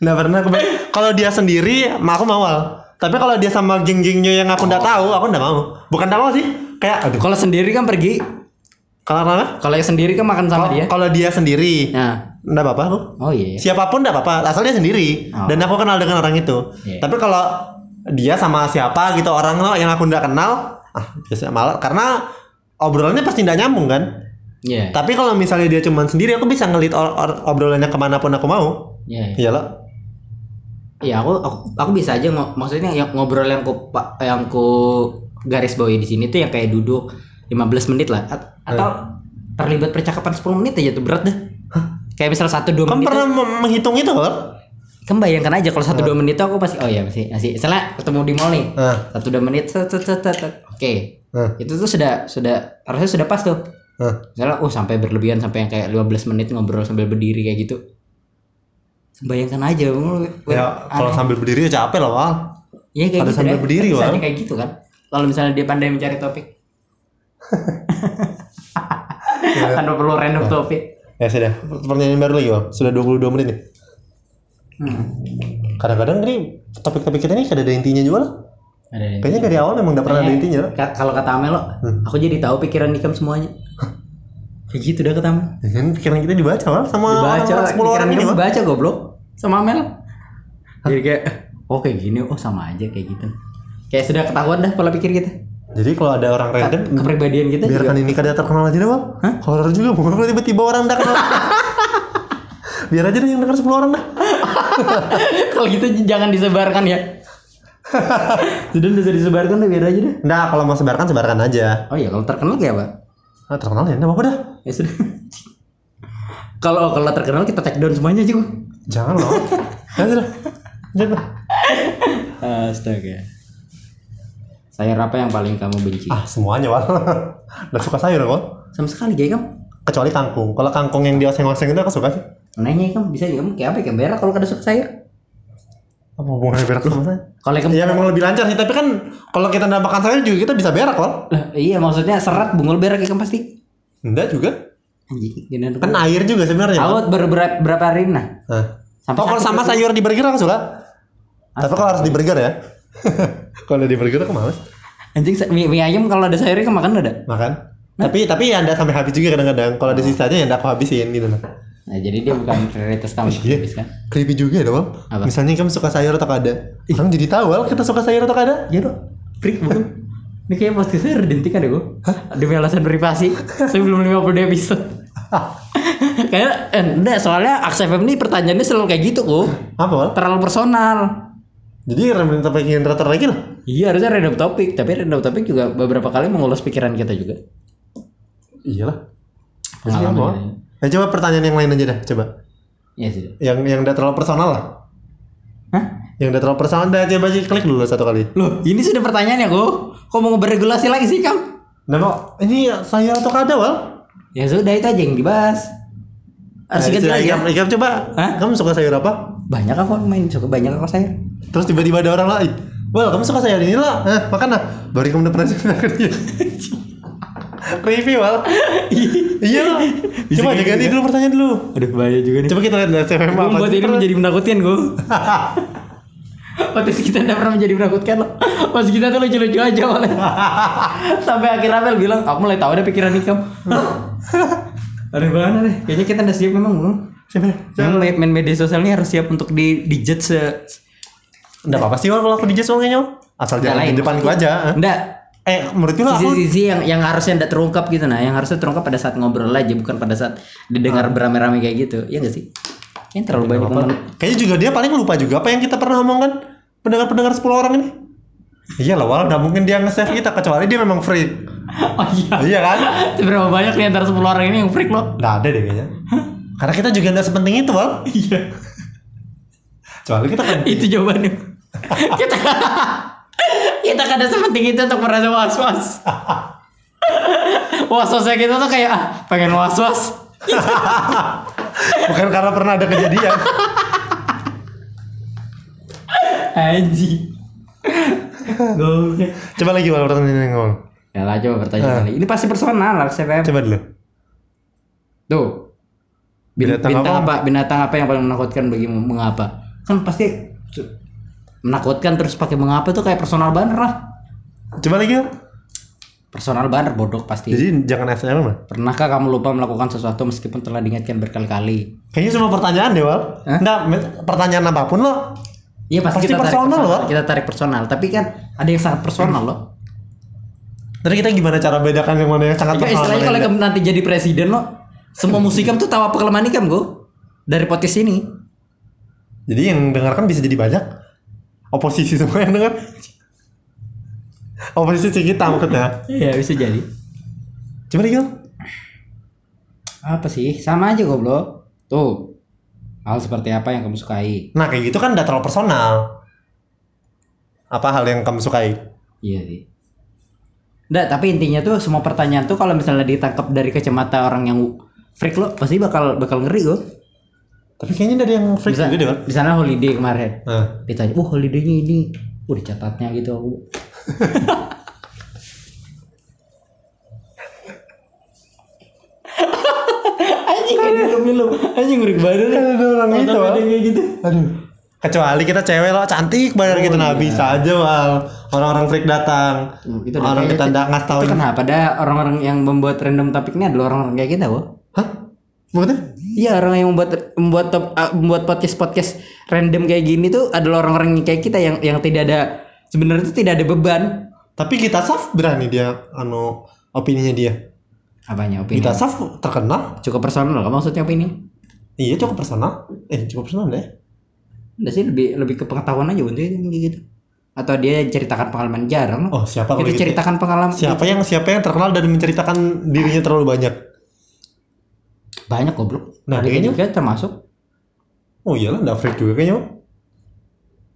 Speaker 1: Nggak pernah aku bayang- Kalau dia sendiri, ma- aku mau Wal. Tapi kalau dia sama geng-gengnya yang aku nggak tahu, aku nggak mau. Bukan nggak mau sih, kayak aduh.
Speaker 2: Kalau sendiri kan pergi.
Speaker 1: Kalau apa?
Speaker 2: Kalau yang sendiri kan makan sama dia.
Speaker 1: Kalau dia sendiri,
Speaker 2: Nah.
Speaker 1: nggak apa-apa aku.
Speaker 2: Oh iya.
Speaker 1: Siapapun nggak apa-apa, asal dia sendiri.
Speaker 2: Oh.
Speaker 1: Dan aku kenal dengan orang itu.
Speaker 2: Iya.
Speaker 1: Tapi kalau dia sama siapa gitu orang lo yang aku nggak kenal, ah biasanya malah karena obrolannya pasti nggak nyambung kan.
Speaker 2: Iya.
Speaker 1: Tapi kalau misalnya dia cuman sendiri, aku bisa ngelit or- or- obrolannya kemanapun aku mau.
Speaker 2: Iya. iya.
Speaker 1: Iya lo.
Speaker 2: Iya, aku, aku aku bisa aja ngo- maksudnya yang ngobrol yang ku pa- yang ku garis bawahi di sini tuh yang kayak duduk 15 menit lah At- atau
Speaker 1: Eh.
Speaker 2: terlibat percakapan 10 menit aja tuh berat deh. Kayak misal 1 2
Speaker 1: Kamu
Speaker 2: menit.
Speaker 1: Kan pernah Eh. mem- menghitung itu kan?
Speaker 2: Kan bayangkan aja kalau 1 2 menit tuh aku pasti oh iya masih masih misalnya ketemu di mall nih.
Speaker 1: Nah,
Speaker 2: 1 2 menit set, set, set, set, set. Oke.
Speaker 1: nah,
Speaker 2: Itu tuh sudah sudah harusnya sudah pas tuh.
Speaker 1: nah.
Speaker 2: Misalnya oh sampai berlebihan sampai yang kayak 15 menit ngobrol sambil berdiri kayak gitu. Bayangkan aja.
Speaker 1: Ya, kalau sambil berdiri ya capek loh, Wal.
Speaker 2: Iya kayak
Speaker 1: Pada
Speaker 2: gitu
Speaker 1: sambil
Speaker 2: deh.
Speaker 1: berdiri,
Speaker 2: Misalnya
Speaker 1: Wal.
Speaker 2: kayak gitu kan. Kalau misalnya dia pandai mencari topik.
Speaker 1: Iya.
Speaker 2: Tanpa perlu random topik.
Speaker 1: Ya sudah, pertanyaan baru lagi, Wal. Sudah 22 menit nih.
Speaker 2: Hmm.
Speaker 1: Kadang-kadang ini topik-topik kita ini kadang ada intinya juga lah.
Speaker 2: Ada deh.
Speaker 1: Kayaknya dari awal memang udah pernah ada intinya lah.
Speaker 2: Ka- Kalau kata Amel lo,
Speaker 1: Hmm.
Speaker 2: aku jadi tahu pikiran Nikam semuanya. kayak gitu dah kata Amel.
Speaker 1: Ya kan pikiran kita dibaca lah sama
Speaker 2: Dibaca,
Speaker 1: orang-orang 10 Oh, orang ini,
Speaker 2: Nikam
Speaker 1: Wal.
Speaker 2: dibaca goblok sama Amel. Jadi kayak oh kayak gini, oh sama aja kayak gitu. Kayak sudah ketahuan dah pola pikir kita.
Speaker 1: Jadi kalau ada orang random,
Speaker 2: Kepribadian kita juga.
Speaker 1: biarkan ini kada terkenal aja deh, Wal.
Speaker 2: Hah?
Speaker 1: Horor juga, bukan kalau tiba-tiba orang udah kenal. Biar aja deh yang denger 10 orang dah.
Speaker 2: Kalau gitu jangan disebarkan ya. Sudah bisa disebarkan deh biar aja deh.
Speaker 1: Nggak, kalau mau sebarkan, sebarkan aja.
Speaker 2: Oh iya, kalau terkenal kayak apa?
Speaker 1: Nah, terkenal ya, nggak apa-apa dah.
Speaker 2: Ya sudah. kalau kalau terkenal kita take down semuanya aja, Bang.
Speaker 1: Jangan loh. Jangan dah. Jangan dah.
Speaker 2: Eh, Astaga. Sayur apa yang paling kamu benci?
Speaker 1: Ah, semuanya, Wal. Nggak suka sayur, Wal.
Speaker 2: Sama sekali kayak kamu.
Speaker 1: Kecuali kangkung. Kalau kangkung yang dioseng-oseng itu aku suka sih.
Speaker 2: Nanya kamu bisa ya kamu kayak apa kayak merah kalau kada suka sayur.
Speaker 1: Apa hubungannya berak sama saya?
Speaker 2: Kalau kamu
Speaker 1: Ya memang lebih lancar sih, tapi kan kalau kita nggak makan sayur juga kita bisa berak, Wal.
Speaker 2: Lah, iya maksudnya serat bungul berak kayak kamu pasti.
Speaker 1: Enggak juga.
Speaker 2: Anjing, gini
Speaker 1: Kan air juga sebenarnya. Wal.
Speaker 2: Awet baru berapa, berapa hari nah?
Speaker 1: Nah.
Speaker 2: Sampai
Speaker 1: Oh, kalau
Speaker 2: sakit
Speaker 1: sama
Speaker 2: itu.
Speaker 1: sayur di burger aku suka. Tapi kalau harus di burger ya. kalau di burger aku males
Speaker 2: Anjing sa- mie, mie ayam kalau ada sayurnya kamu makan ada.
Speaker 1: makan. Tapi tapi ya anda sampai habis juga kadang-kadang. Kalau ada sisanya ya anda aku habisin gitu loh.
Speaker 2: Nah, jadi dia bukan prioritas kamu
Speaker 1: Iya.
Speaker 2: habis kan?
Speaker 1: Creepy juga ya dong. Wal.
Speaker 2: Apa?
Speaker 1: Misalnya kamu suka sayur atau kada. Orang jadi tahu Wal, kita suka sayur atau Iya, kada.
Speaker 2: Ya dok, freak betul. Ini kayak podcastnya dihentikan deh gue Demi alasan privasi Sebelum 50 episode Kayaknya eh, enggak soalnya Aks FM ini pertanyaannya selalu kayak gitu kok
Speaker 1: Apa Wal?
Speaker 2: Terlalu personal
Speaker 1: Jadi random topik yang rata lagi lah.
Speaker 2: Iya harusnya random topik Tapi random topik juga beberapa kali mengulas pikiran kita juga
Speaker 1: Iyalah.
Speaker 2: Oh,
Speaker 1: Pasti
Speaker 2: iya,
Speaker 1: apa? Wal?
Speaker 2: Pengalaman
Speaker 1: Nah, coba pertanyaan yang lain aja dah, coba.
Speaker 2: Iya sih Dok.
Speaker 1: Yang yang udah terlalu personal lah.
Speaker 2: Hah?
Speaker 1: Yang udah terlalu personal dah coba sih klik dulu satu kali.
Speaker 2: Loh ini sudah pertanyaannya kok Kok mau beregulasi lagi sih Kam?
Speaker 1: Nah, kok ini sayur atau kada, Wal?
Speaker 2: Ya sudah itu aja yang dibahas
Speaker 1: Nah,
Speaker 2: Harus singkat
Speaker 1: Ikam-
Speaker 2: jelas ya
Speaker 1: Ikam coba.
Speaker 2: Hah?
Speaker 1: Kamu suka sayur apa?
Speaker 2: Banyak aku main suka banyak aku sayur
Speaker 1: Terus tiba-tiba ada orang lain. Wal, kamu suka sayur ini lah. Hah, makan lah. Baru kamu udah pernah cerita ke dia. Creepy, Wal. iya. Wal.
Speaker 2: Bisa
Speaker 1: Coba
Speaker 2: kayak
Speaker 1: ganti
Speaker 2: gitu,
Speaker 1: dulu pertanyaan dulu.
Speaker 2: Aduh bahaya juga
Speaker 1: Coba kita lihat dari CFM
Speaker 2: Gue
Speaker 1: apa.
Speaker 2: membuat
Speaker 1: sih
Speaker 2: ini
Speaker 1: pernah.
Speaker 2: menjadi menakutkan gue Otis kita tidak pernah menjadi menakutkan loh Pas kita tuh lucu-lucu aja malah Sampai akhir Abel bilang Aku mulai tahu ada pikiran Nikam Aneh banget deh Kayaknya kita udah siap memang belum
Speaker 1: Coba.
Speaker 2: Memang main, main media sosialnya harus siap untuk di, di judge se
Speaker 1: Nggak apa-apa sih, Wal, kalau aku dijudge Wal, kayaknya. Wal. Asal
Speaker 2: Nggak
Speaker 1: jangan
Speaker 2: lain. Iya,
Speaker 1: di depanku aja.
Speaker 2: Enggak
Speaker 1: Eh, eh menurut lu aku
Speaker 2: Sisi-sisi yang yang harusnya tidak terungkap gitu nah, yang harusnya terungkap pada saat ngobrol aja bukan pada saat didengar beramai-ramai kayak gitu. Iya gak sih? Ini terlalu banyak
Speaker 1: Apa?
Speaker 2: ngomong.
Speaker 1: Kayaknya juga dia paling lupa juga apa yang kita pernah omongkan pendengar-pendengar 10 orang ini. Iya lah, walau nggak mungkin dia nge-save kita kecuali dia memang free.
Speaker 2: Oh iya.
Speaker 1: iya kan?
Speaker 2: Berapa banyak nih antara 10 orang ini yang freak lo?
Speaker 1: Nggak ada deh kayaknya. Karena kita juga nggak sepenting itu, Wal.
Speaker 2: Iya.
Speaker 1: Kecuali kita kan
Speaker 2: Itu jawabannya. kita kita kada sepenting itu untuk merasa was-was. Was-wasnya kita tuh kayak ah, pengen was-was.
Speaker 1: bukan karena pernah ada kejadian.
Speaker 2: Anji. Goblok.
Speaker 1: Coba lagi Wal pertanyaan yang ngomong.
Speaker 2: Ya lah coba bertanya kali. Ini pasti personal lah
Speaker 1: Ah.
Speaker 2: CPM.
Speaker 1: Coba dulu.
Speaker 2: Tuh. Bin-
Speaker 1: Binatang
Speaker 2: Bintang,
Speaker 1: apa?
Speaker 2: apa? Binatang apa yang paling menakutkan bagimu? Mengapa? Kan pasti su- menakutkan terus pakai mengapa tuh kayak personal banner lah.
Speaker 1: Coba lagi. Wal.
Speaker 2: Personal banner bodoh pasti.
Speaker 1: Jadi jangan SM lah.
Speaker 2: Pernahkah kamu lupa melakukan sesuatu meskipun telah diingatkan berkali-kali?
Speaker 1: Kayaknya semua pertanyaan deh, Wal.
Speaker 2: Hah?
Speaker 1: Nggak, me- pertanyaan apapun lo.
Speaker 2: Iya
Speaker 1: Pasti
Speaker 2: pasti, kita tarik
Speaker 1: personal,
Speaker 2: personal,
Speaker 1: loh.
Speaker 2: kita tarik personal. Tapi kan ada yang sangat personal loh.
Speaker 1: Tadi kita gimana cara bedakan yang mana yang sangat
Speaker 2: Iya
Speaker 1: personal,
Speaker 2: istilahnya
Speaker 1: mana
Speaker 2: kalau
Speaker 1: yang
Speaker 2: kamu nanti jadi presiden loh, semua musikam tuh tawa apa kelemahan ikam go dari potis ini.
Speaker 1: enggak. Jadi yang dengarkan bisa jadi banyak. Oposisi semua yang dengar. Oposisi kita maksudnya.
Speaker 2: Iya bisa jadi.
Speaker 1: Coba lagi. Wal.
Speaker 2: Apa sih? Sama aja goblok. Tuh. Hal seperti apa yang kamu sukai?
Speaker 1: Nah kayak gitu kan udah terlalu personal. Apa hal yang kamu sukai?
Speaker 2: Iya sih. Nggak, tapi intinya tuh semua pertanyaan tuh kalau misalnya ditangkap dari kacamata orang yang freak lo pasti bakal bakal ngeri go.
Speaker 1: Tapi kayaknya dari yang freak
Speaker 2: Bisa.
Speaker 1: juga deh, Wal.
Speaker 2: Di sana holiday kemarin.
Speaker 1: Nah,
Speaker 2: ditanya, wah holidaynya ini, wah dicatatnya gitu aku. anjing kan minum minum, anjing ngurik badan.
Speaker 1: Kan ada orang gitu, Wal.
Speaker 2: kayak gitu.
Speaker 1: Aduh. Kecuali kita cewek lo cantik banget gitu nah bisa aja Wal. Orang-orang freak datang.
Speaker 2: Hmm, itu udah
Speaker 1: orang
Speaker 2: kayak-
Speaker 1: kita nggak ngasih tahu.
Speaker 2: Itu kenapa ada orang-orang yang membuat random topik ini adalah orang-orang kayak kita, wah.
Speaker 1: Hah? Maksudnya?
Speaker 2: Iya orang yang membuat membuat top, ah, membuat podcast podcast random kayak gini tuh adalah orang-orang yang kayak kita yang yang tidak ada sebenarnya itu tidak ada beban.
Speaker 1: Tapi kita saf berani dia anu opininya dia.
Speaker 2: Apanya opini?
Speaker 1: Kita saf terkenal.
Speaker 2: Cukup personal kan maksudnya opini?
Speaker 1: Iya cukup personal. Eh cukup personal deh.
Speaker 2: Nggak sih lebih lebih ke pengetahuan aja untuk gitu. Atau dia ceritakan pengalaman jarang.
Speaker 1: Oh siapa kalau
Speaker 2: kita
Speaker 1: gitu?
Speaker 2: ceritakan pengalaman
Speaker 1: Siapa yang siapa yang terkenal dan menceritakan dirinya terlalu banyak?
Speaker 2: banyak goblok.
Speaker 1: Nah, kayaknya-
Speaker 2: Raditya juga termasuk
Speaker 1: Oh iyalah, nggak freak juga kayaknya. Wal.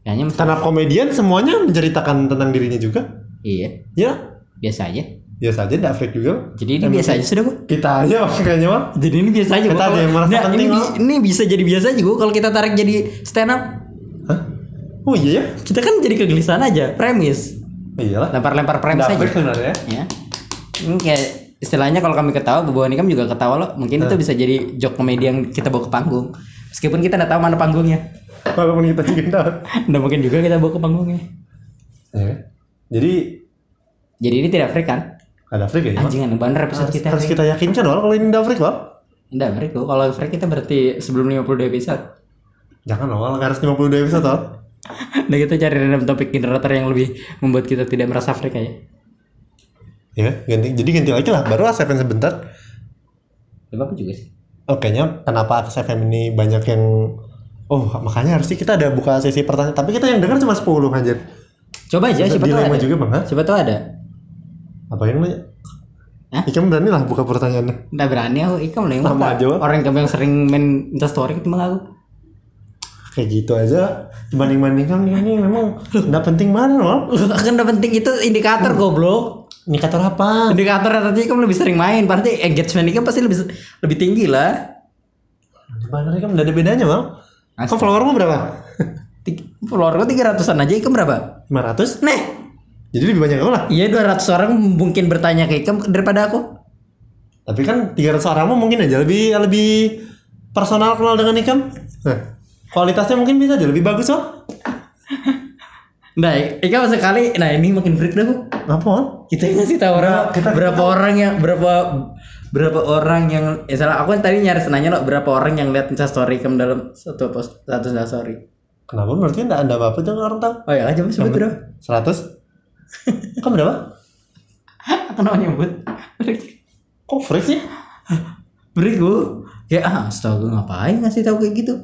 Speaker 2: kayaknya mesti-
Speaker 1: Stand up komedian semuanya menceritakan tentang dirinya juga.
Speaker 2: iya,
Speaker 1: Ya,
Speaker 2: biasa aja.
Speaker 1: biasa aja nggak freak juga.
Speaker 2: Jadi ini
Speaker 1: Emang
Speaker 2: biasa aja sudah gua.
Speaker 1: Kita aja kayaknya mah.
Speaker 2: Jadi ini biasa aja
Speaker 1: Kita
Speaker 2: gua.
Speaker 1: ada yang merasa
Speaker 2: Nah, ini,
Speaker 1: penting,
Speaker 2: bi-
Speaker 1: Wak.
Speaker 2: ini bisa jadi biasa aja gua kalau kita tarik jadi stand up.
Speaker 1: Hah? Oh iya ya?
Speaker 2: Kita kan jadi kegelisahan aja, premis.
Speaker 1: Iyalah.
Speaker 2: Lempar-lempar premis
Speaker 1: Nggak
Speaker 2: aja.
Speaker 1: freak sebenarnya.
Speaker 2: Ya. Ini kayak istilahnya kalau kami ketawa, Bobo Nikam juga ketawa loh.
Speaker 1: Eh.
Speaker 2: Mungkin itu bisa jadi joke komedi yang kita bawa ke panggung. Meskipun kita nggak tahu mana panggungnya.
Speaker 1: Walaupun kita juga tahu.
Speaker 2: Nggak mungkin juga kita bawa ke panggungnya.
Speaker 1: Ya. Jadi
Speaker 2: Jadi ini tidak free kan?
Speaker 1: ada freak ya?
Speaker 2: Anjing aneh bener episode
Speaker 1: Harus,
Speaker 2: kita.
Speaker 1: harus kita yakinkan loh kalau ini nggak freak loh.
Speaker 2: Enggak, free kok. Kalau free kita berarti sebelum 50 episode.
Speaker 1: Jangan loh, nggak harus 52 episode loh.
Speaker 2: Nah kita cari random topik generator yang lebih membuat kita tidak merasa free kayak.
Speaker 1: Ya, ganti. Jadi ganti lagi lah. Baru ASFM sebentar.
Speaker 2: Gak apa juga sih.
Speaker 1: Oke nya, kenapa ASFM ini banyak yang Oh, makanya harusnya kita ada buka sesi pertanyaan. Tapi kita yang dengar cuma 10 anjir.
Speaker 2: Coba aja Oh, iya, siapa tahu
Speaker 1: dilema
Speaker 2: ada.
Speaker 1: juga, Bang. Hah?
Speaker 2: Siapa tahu ada.
Speaker 1: Apa yang nanya?
Speaker 2: Hah?
Speaker 1: Ikan berani lah buka pertanyaannya.
Speaker 2: Nggak berani aku, ikam lah yang
Speaker 1: Sama
Speaker 2: buka.
Speaker 1: aja, Bang.
Speaker 2: Orang kamu yang sering main Insta story ketemu aku.
Speaker 1: kayak gitu aja dibanding bandingkan ini memang nggak penting banget loh
Speaker 2: Lu kan udah penting itu indikator goblok.
Speaker 1: indikator apa
Speaker 2: Indikator nanti kamu lebih sering main, berarti engagement ikam pasti lebih lebih tinggi lah.
Speaker 1: benar kan nggak ada bedanya bang kan
Speaker 2: Asli.
Speaker 1: followermu berapa
Speaker 2: Tiga- Follower gua 300-an aja ikam berapa?
Speaker 1: 500
Speaker 2: Nih,
Speaker 1: jadi lebih banyak aku lah
Speaker 2: Iya 200 orang mungkin bertanya ke Ikam daripada aku.
Speaker 1: tapi kan 300 orangmu mungkin aja lebih lebih personal kenal dengan Ikam nah, kualitasnya mungkin bisa aja lebih bagus loh
Speaker 2: Nah, Ikam sekali. Nah ini makin freak dah aku.
Speaker 1: apa Bang?
Speaker 2: Kita yang ngasih tahu orang
Speaker 1: Nah, kita-
Speaker 2: berapa orang yang berapa berapa orang yang eh salah aku kan tadi nyaris nanya loh berapa orang yang lihat instastory Ikam dalam satu post satu Oh, instastory.
Speaker 1: kenapa berarti
Speaker 2: ya
Speaker 1: nggak ada apa-apa jangan orang tahu
Speaker 2: Oh ya coba sebut dong.
Speaker 1: 100 kamu berapa
Speaker 2: Kenapa nyebut? Break.
Speaker 1: Kok freak sih?
Speaker 2: Break gue. Ya ah, astaga ngapain ngasih tahu kayak gitu?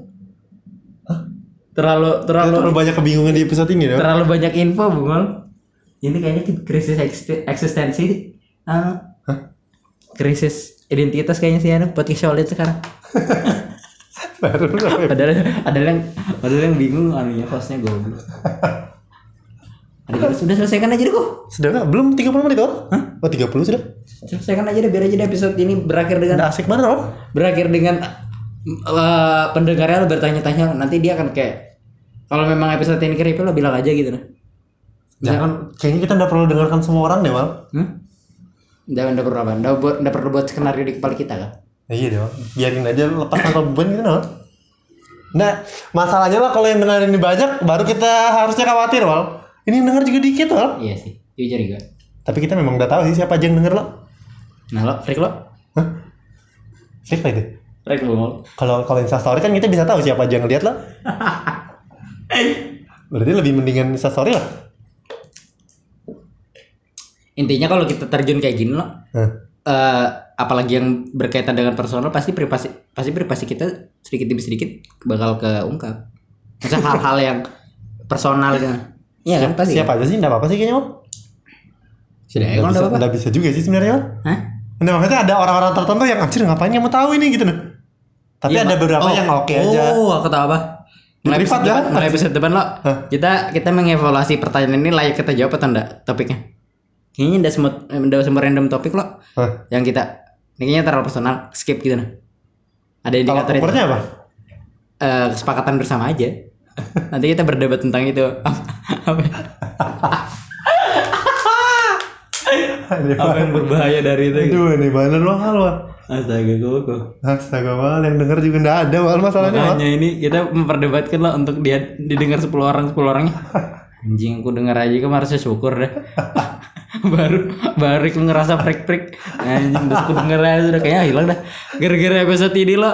Speaker 2: Terlalu
Speaker 1: Terlalu,
Speaker 2: terlalu
Speaker 1: banyak kebingungan di episode ini dong.
Speaker 2: terlalu banyak info bungol. Ini kayaknya krisis eksti- eksistensi. ah, krisis identitas kayaknya sih anu, anak podcast solid sekarang.
Speaker 1: Baru namanya.
Speaker 2: Padahal ada yang ada yang bingung anunya hostnya goblok. Ada sudah selesaikan aja deh kok.
Speaker 1: Sudah nggak? Belum 30 menit kan? Hah? Oh 30 sudah?
Speaker 2: Selesaikan aja deh biar aja deh episode ini berakhir dengan
Speaker 1: Udah asik banget Ron.
Speaker 2: berakhir dengan eh, pendengarnya lo bertanya-tanya nanti dia akan kayak kalau memang episode ini keripik lo bilang aja gitu nah
Speaker 1: Jangan, kayaknya kita udah perlu dengarkan semua orang deh, Mal.
Speaker 2: hmm? Nggak, nggak perlu apa nggak buat nggak perlu buat skenario di kepala kita kan
Speaker 1: Ya, iya deh, Mal. Biarin aja lepas tanpa beban gitu, Mal. Nah, masalahnya lah kalau yang dengerin dibajak, baru kita harusnya khawatir, Mal. Ini yang denger juga dikit, Mal.
Speaker 2: iya sih jujur juga
Speaker 1: Tapi kita memang udah tahu sih siapa aja yang denger lo.
Speaker 2: nah lo Rick lo
Speaker 1: Siapa itu?
Speaker 2: Rick bungol
Speaker 1: Kalau kalau instastory kan kita bisa tahu siapa aja yang lihat lo. Berarti lebih mendingan instastory lah.
Speaker 2: intinya kalau kita terjun kayak gini lo
Speaker 1: Hah.
Speaker 2: eh, apalagi yang berkaitan dengan personal pasti privasi pasti privasi kita sedikit demi sedikit bakal keungkap Maksudnya hal-hal yang personal gitu iya kan pasti
Speaker 1: Siapa aja sih? Enggak apa-apa sih kayaknya, Mal.
Speaker 2: sudah ya,
Speaker 1: Nggak bisa,
Speaker 2: kalau Eh, nggak apa-apa
Speaker 1: nggak bisa juga sih sebenarnya, Mal.
Speaker 2: Hah?
Speaker 1: Nah, maksudnya ada orang-orang tertentu yang anjir ngapain kamu tahu ini gitu nah. Tapi
Speaker 2: Iya,
Speaker 1: ada
Speaker 2: Mak.
Speaker 1: beberapa
Speaker 2: Oh,
Speaker 1: yang oke aja.
Speaker 2: Oh, aku tahu apa.
Speaker 1: Di
Speaker 2: Mulai
Speaker 1: privat
Speaker 2: episode,
Speaker 1: ya?
Speaker 2: depan, mulai episode depan lo.
Speaker 1: Hah?
Speaker 2: Kita kita mengevaluasi pertanyaan ini layak kita jawab atau enggak topiknya. Kayaknya enggak semua enggak semua random topik lo
Speaker 1: Hah.
Speaker 2: yang kita ini kayaknya terlalu personal, skip gitu nah. Ada
Speaker 1: Kalau
Speaker 2: indikator itu.
Speaker 1: ukurnya apa?
Speaker 2: Eh, kesepakatan bersama aja. Nanti kita berdebat tentang itu. apa, apa yang berbahaya dari
Speaker 1: Aduh, aneh banget lo hal Wal.
Speaker 2: Astaga, kok.
Speaker 1: Astaga, Wal, yang denger juga enggak ada Wal masalahnya. Wal.
Speaker 2: Makanya ini kita memperdebatkan lah untuk dia didengar 10 orang 10 orangnya. Anjing aku denger aja kamu harusnya syukur deh. baru baru aku ngerasa prik-prik. Anjing terus aku denger aja udah kayaknya hilang dah. Gara-gara episode ini lo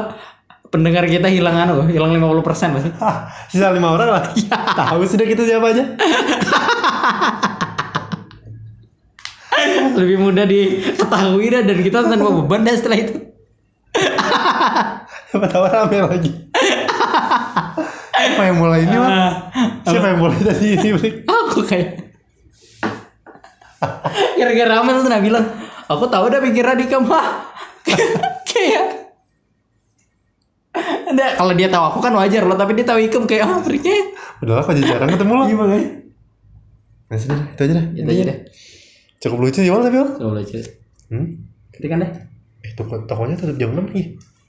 Speaker 2: pendengar kita hilang anu, hilang 50% pasti.
Speaker 1: Hah, Sisa lima orang lah.
Speaker 2: Iya.
Speaker 1: Tahu sudah kita siapa aja.
Speaker 2: Lebih mudah diketahui dah dan kita tanpa beban dah setelah itu.
Speaker 1: Siapa tahu rame lagi. Siapa yang mulai ini, Wal?
Speaker 2: Ah,
Speaker 1: Siapa yang mulai tadi ini, Blik?
Speaker 2: aku kayak gara-gara Amel tuh nah bilang aku tahu udah pikir Radika mah kayak Nggak, kalau dia tahu aku kan wajar loh tapi dia tahu Ikem kayak ah freaknya
Speaker 1: Udah lah, kok jadi jarang ketemu lo.
Speaker 2: iya makanya
Speaker 1: Nah, sudah, itu aja deh.
Speaker 2: gitu aja deh
Speaker 1: Cukup lucu ya, Wal, tapi, Wal.
Speaker 2: coba lucu
Speaker 1: Hmm?
Speaker 2: ketikan deh
Speaker 1: Eh, toko- tokonya tutup jam 6 nih.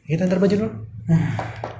Speaker 1: Kita ntar baju dulu.